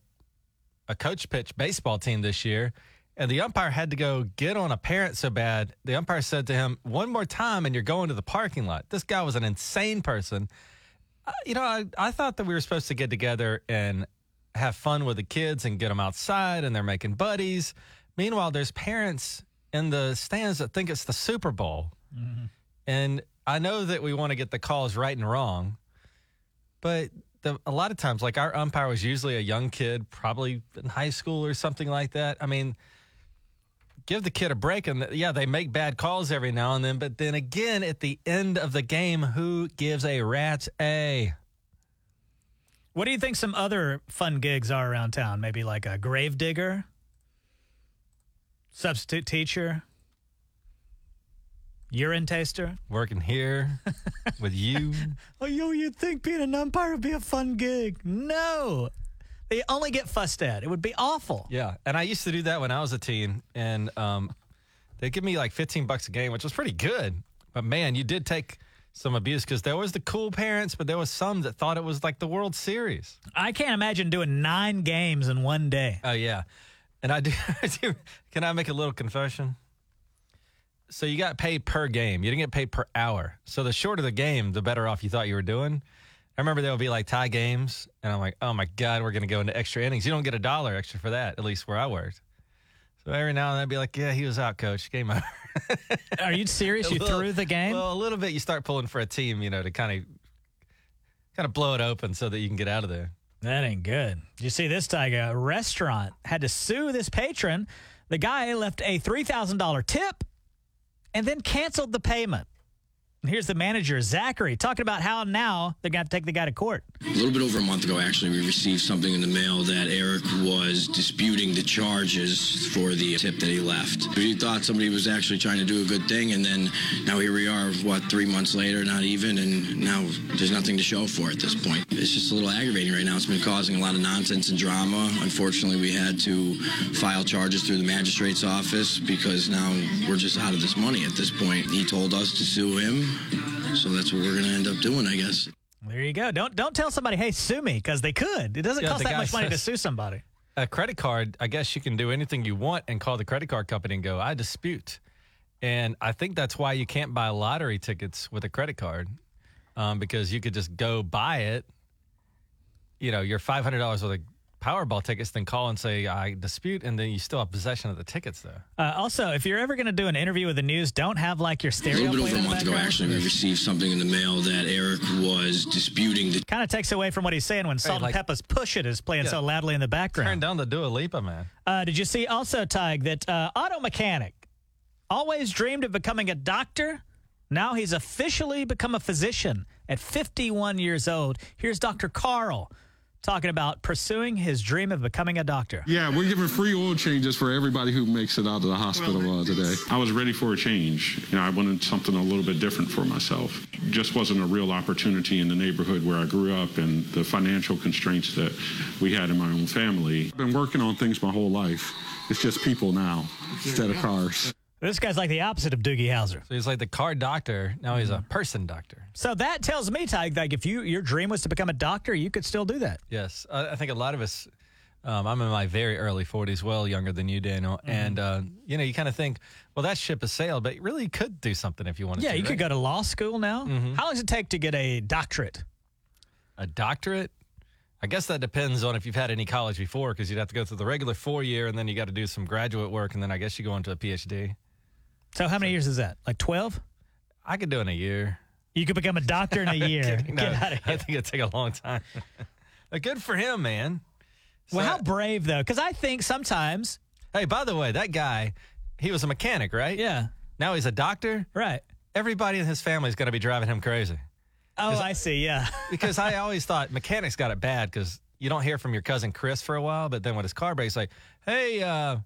A: a coach pitch baseball team this year, and the umpire had to go get on a parent so bad. The umpire said to him, "One more time, and you're going to the parking lot." This guy was an insane person. I, you know, I, I thought that we were supposed to get together and have fun with the kids and get them outside, and they're making buddies. Meanwhile, there's parents in the stands that think it's the Super Bowl, and I know that we want to get the calls right and wrong. But the, a lot of times, like our umpire was usually a young kid, probably in high school or something like that. I mean, give the kid a break. And yeah, they make bad calls every now and then. But then again, at the end of the game, who gives a rat's a?
B: What do you think some other fun gigs are around town? Maybe like a grave digger, substitute teacher, urine taster.
A: Working here with you.
B: Oh, you, you'd think being an umpire would be a fun gig. No, they only get fussed at. It would be awful.
A: Yeah, and I used to do that when I was a teen, and um, they give me like fifteen bucks a game, which was pretty good. But man, you did take some abuse because there was the cool parents, but there was some that thought it was like the World Series.
B: I can't imagine doing nine games in one day.
A: Oh yeah, and I do. I do can I make a little confession? So you got paid per game. You didn't get paid per hour. So the shorter the game, the better off you thought you were doing. I remember there would be like tie games, and I'm like, oh my god, we're gonna go into extra innings. You don't get a dollar extra for that, at least where I worked. So every now and then I'd be like, yeah, he was out, coach. Game over.
B: Are you serious?
A: A
B: You
A: little-
B: threw the game?
A: Well, a little bit. You start pulling for a team, you know, to kind of kind of blow it open so that you can get out of there.
B: That ain't good. Did You see this, Tyga? A restaurant had to sue this patron. The guy left a $3,000 tip and then canceled the payment. And here's the manager, Zachary, talking about how now they're going to take the guy to court.
M: A little bit over a month ago, actually, we received something in the mail that Eric was disputing the charges for the tip that he left. We thought somebody was actually trying to do a good thing, and then now here we are, what, three months later, not even, and now there's nothing to show for at this point. It's just a little aggravating right now. It's been causing a lot of nonsense and drama. Unfortunately, we had to file charges through the magistrate's office because now we're just out of this money at this point. He told us to sue him, so that's what we're going to end up doing, I guess.
B: There you go. Don't don't tell somebody, hey, sue me, because they could. It doesn't
A: Yeah,
B: cost
A: the
B: that
A: guy
B: much money to
A: says-
B: sue somebody.
A: A credit card, I guess you can do anything you want and call the credit card company and go, I dispute. And I think that's why you can't buy lottery tickets with a credit card um, because you could just go buy it, you know, your $500 worth of Powerball tickets, then call and say, I dispute. And then you still have possession of the tickets, though.
B: Uh, also, if you're ever going to do an interview with the news, don't have like your
M: A
B: stereo.
M: little bit over a month ago, actually, we received something in the mail that Eric was disputing the
B: Kind of takes away from what he's saying when Salt
M: like-
B: and Peppa's Push It is playing
M: Yeah.
B: so loudly in the background.
A: Turn down the Dua Lipa, man.
B: Uh, did you see also, Tig, that uh, auto mechanic always dreamed of becoming a doctor? Now he's officially become a physician at 51 years old. Here's Dr. Carl talking about pursuing his dream of becoming a doctor.
N: Yeah, we're giving free oil changes for everybody who makes it out of the hospital uh, today. I was ready for a change. You know, I wanted something a little bit different for myself. Just wasn't a real opportunity in the neighborhood where I grew up and the financial constraints that we had in my own family. I've been working on things my whole life. It's just people now instead of cars.
B: This guy's like the opposite of Doogie Howser.
A: So he's like the car doctor. Now he's a person doctor.
B: So that tells me, Tig, like if you your dream was to become a doctor, you could still do that.
A: Yes, I, I think a lot of us. Um, I'm in my very early 40s, well younger than you, Daniel.
B: Mm-hmm.
A: And uh, you know, you kind of think, well, that ship has sailed, but you really could do something if you wanted
B: Yeah,
A: to.
B: you could
A: right?
B: go to law school now.
A: Mm-hmm.
B: How long does it take to get a doctorate?
A: a doctorate. I guess that depends on if you've had any college before, because you'd have to go through the regular four year, and then you got to do some graduate work, and then I guess you go into a PhD.
B: So how many years is that? Like 12?
A: I could do it in a year.
B: You could become a doctor in a year.
A: Kidding. No,
B: Get out of
A: I think it'd take a long time. but good for him, man.
B: Well, how brave though, because I think sometimes.
A: Hey, by the way, that guy, he was a mechanic, right?
B: Yeah.
A: Now he's a doctor,
B: right?
A: Everybody in his family is going to be driving him crazy.
B: Oh, I see. Yeah.
A: because I always thought mechanics got it bad because you don't hear from your cousin Chris for a while, but then when his car breaks, like, hey, uh,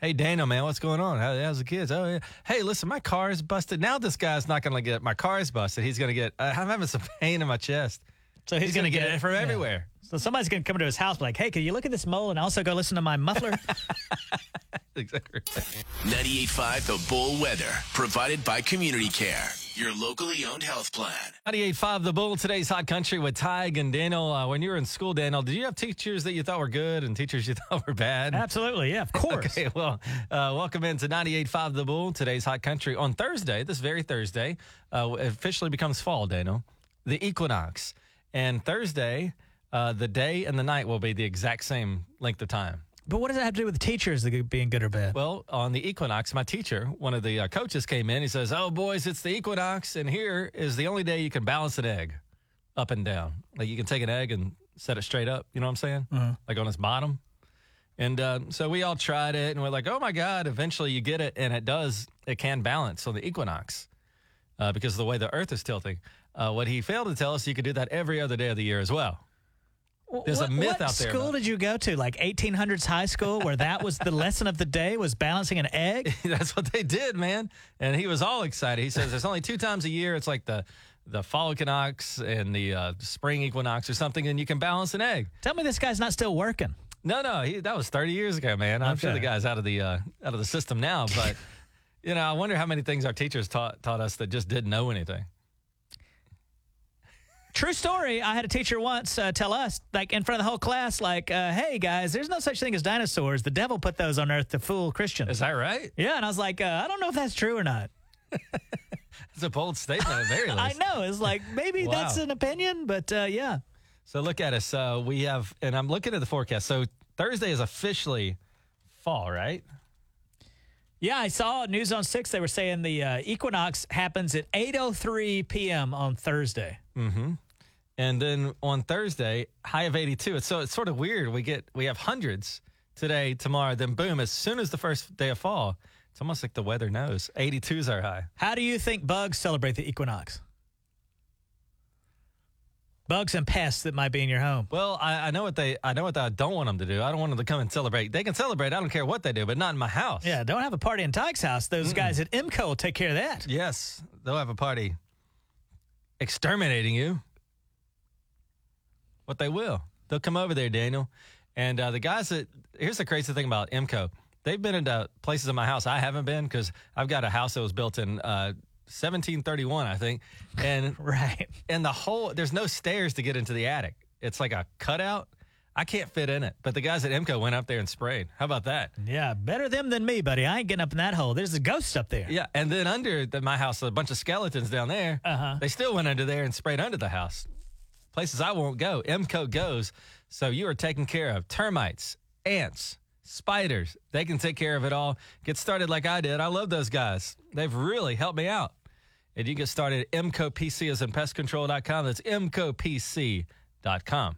A: hey, Daniel, man, what's going on? How, how's the kids? Oh, yeah. Hey, listen, my car is busted. Now this guy's not going to get my car is busted. He's going to get. Uh, I'm having some pain in my chest.
B: So he's,
A: gonna
B: going to
A: get it from everywhere.
B: So somebody's going to come to his house, be like, hey, can you look at this mole and also go listen to my muffler?
A: Exactly.
D: 98.5 The Bull Weather, provided by Community Care, your locally owned health plan.
A: 98.5 The Bull, today's Hot Country with Ty and Daniel. Uh, when you were in school, Daniel, did you have teachers that you thought were good and teachers you thought were bad?
B: Absolutely, yeah, of course.
A: Okay, well, uh, welcome into 98.5 The Bull, today's Hot Country. On Thursday, this very Thursday, uh, it officially becomes fall, Daniel, the equinox. And Thursday, uh, the day and the night will be the exact same length of time.
B: but what does that have to do with teachers being good or bad?
A: Well, on the equinox, my teacher, one of the uh, coaches came in. He says, Oh, boys, it's the equinox, and here is the only day you can balance an egg up and down. Like you can take an egg and set it straight up, you know what I'm saying?
B: Uh-huh.
A: Like on its bottom. And um, so we all tried it, and we're like, Oh my God, eventually you get it, and it does, it can balance on the equinox uh, because of the way the earth is tilting. Uh, what he failed to tell us, you could do that every other day of the year as well. There's
B: what,
A: a myth
B: what
A: out there.
B: school
A: about-
B: did you go to? Like 1800s high school, where that was the lesson of the day was balancing an egg.
A: That's what they did, man. And he was all excited. He says there's only two times a year. It's like the the fall equinox and the uh, spring equinox or something, and you can balance an egg.
B: Tell me this guy's not still working.
A: No, no, he, that was 30 years ago, man. I'm sure the
B: Okay.
A: guy's out of the uh, out of the system now. But you know, I wonder how many things our teachers taught taught us that just didn't know anything.
B: True story. I had a teacher once uh, tell us, like in front of the whole class, like, uh, "Hey guys, there's no such thing as dinosaurs. The devil put those on Earth to fool Christians."
A: Is that right?
B: Yeah, and I was like, uh, I don't know if that's true or not.
A: It's a bold statement, at the very least.
B: I know. It's like maybe
A: Wow.
B: that's an opinion, but uh, yeah.
A: So look at us. Uh, we have, and I'm looking at the forecast. So Thursday is officially fall, right?
B: Yeah, I saw news on six. They were saying the uh, equinox happens at 8:03 p.m. on Thursday.
A: Mm-hmm. And then on Thursday, high of 82. It's so it's sort of weird. We get we have hundreds today, tomorrow, then boom, as soon as the first day of fall, it's almost like the weather knows. 82 is our high.
B: How do you think bugs celebrate the equinox? Bugs and pests that might be in your home.
A: Well, I, I know what they I know what I don't want them to do. I don't want them to come and celebrate. They can celebrate. I don't care what they do, but not in my house.
B: Yeah, don't have a party in Tyke's house. Those guys at IMCO will take care of that.
A: Yes, they'll have a party exterminating you. What they will. They'll come over there, Daniel. And uh, the guys that, here's the crazy thing about MCO. They've been into places in my house I haven't been because I've got a house that was built in uh, 1731, I think. And
B: right.
A: And the whole, there's no stairs to get into the attic. It's like a cutout. I can't fit in it. But the guys at MCO went up there and sprayed. How about that?
B: Yeah, better them than me, buddy. I ain't getting up in that hole. There's a ghost up there.
A: Yeah, and then under the, my house, a bunch of skeletons down there. Uh-huh. They still went under there and sprayed under the house. Places I won't go. MCO goes. So you are taken care of. Termites, ants, spiders. They can take care of it all. Get started like I did. I love those guys. They've really helped me out. And you can get started at MCOPC as in pestcontrol.com. That's MCOPC.com.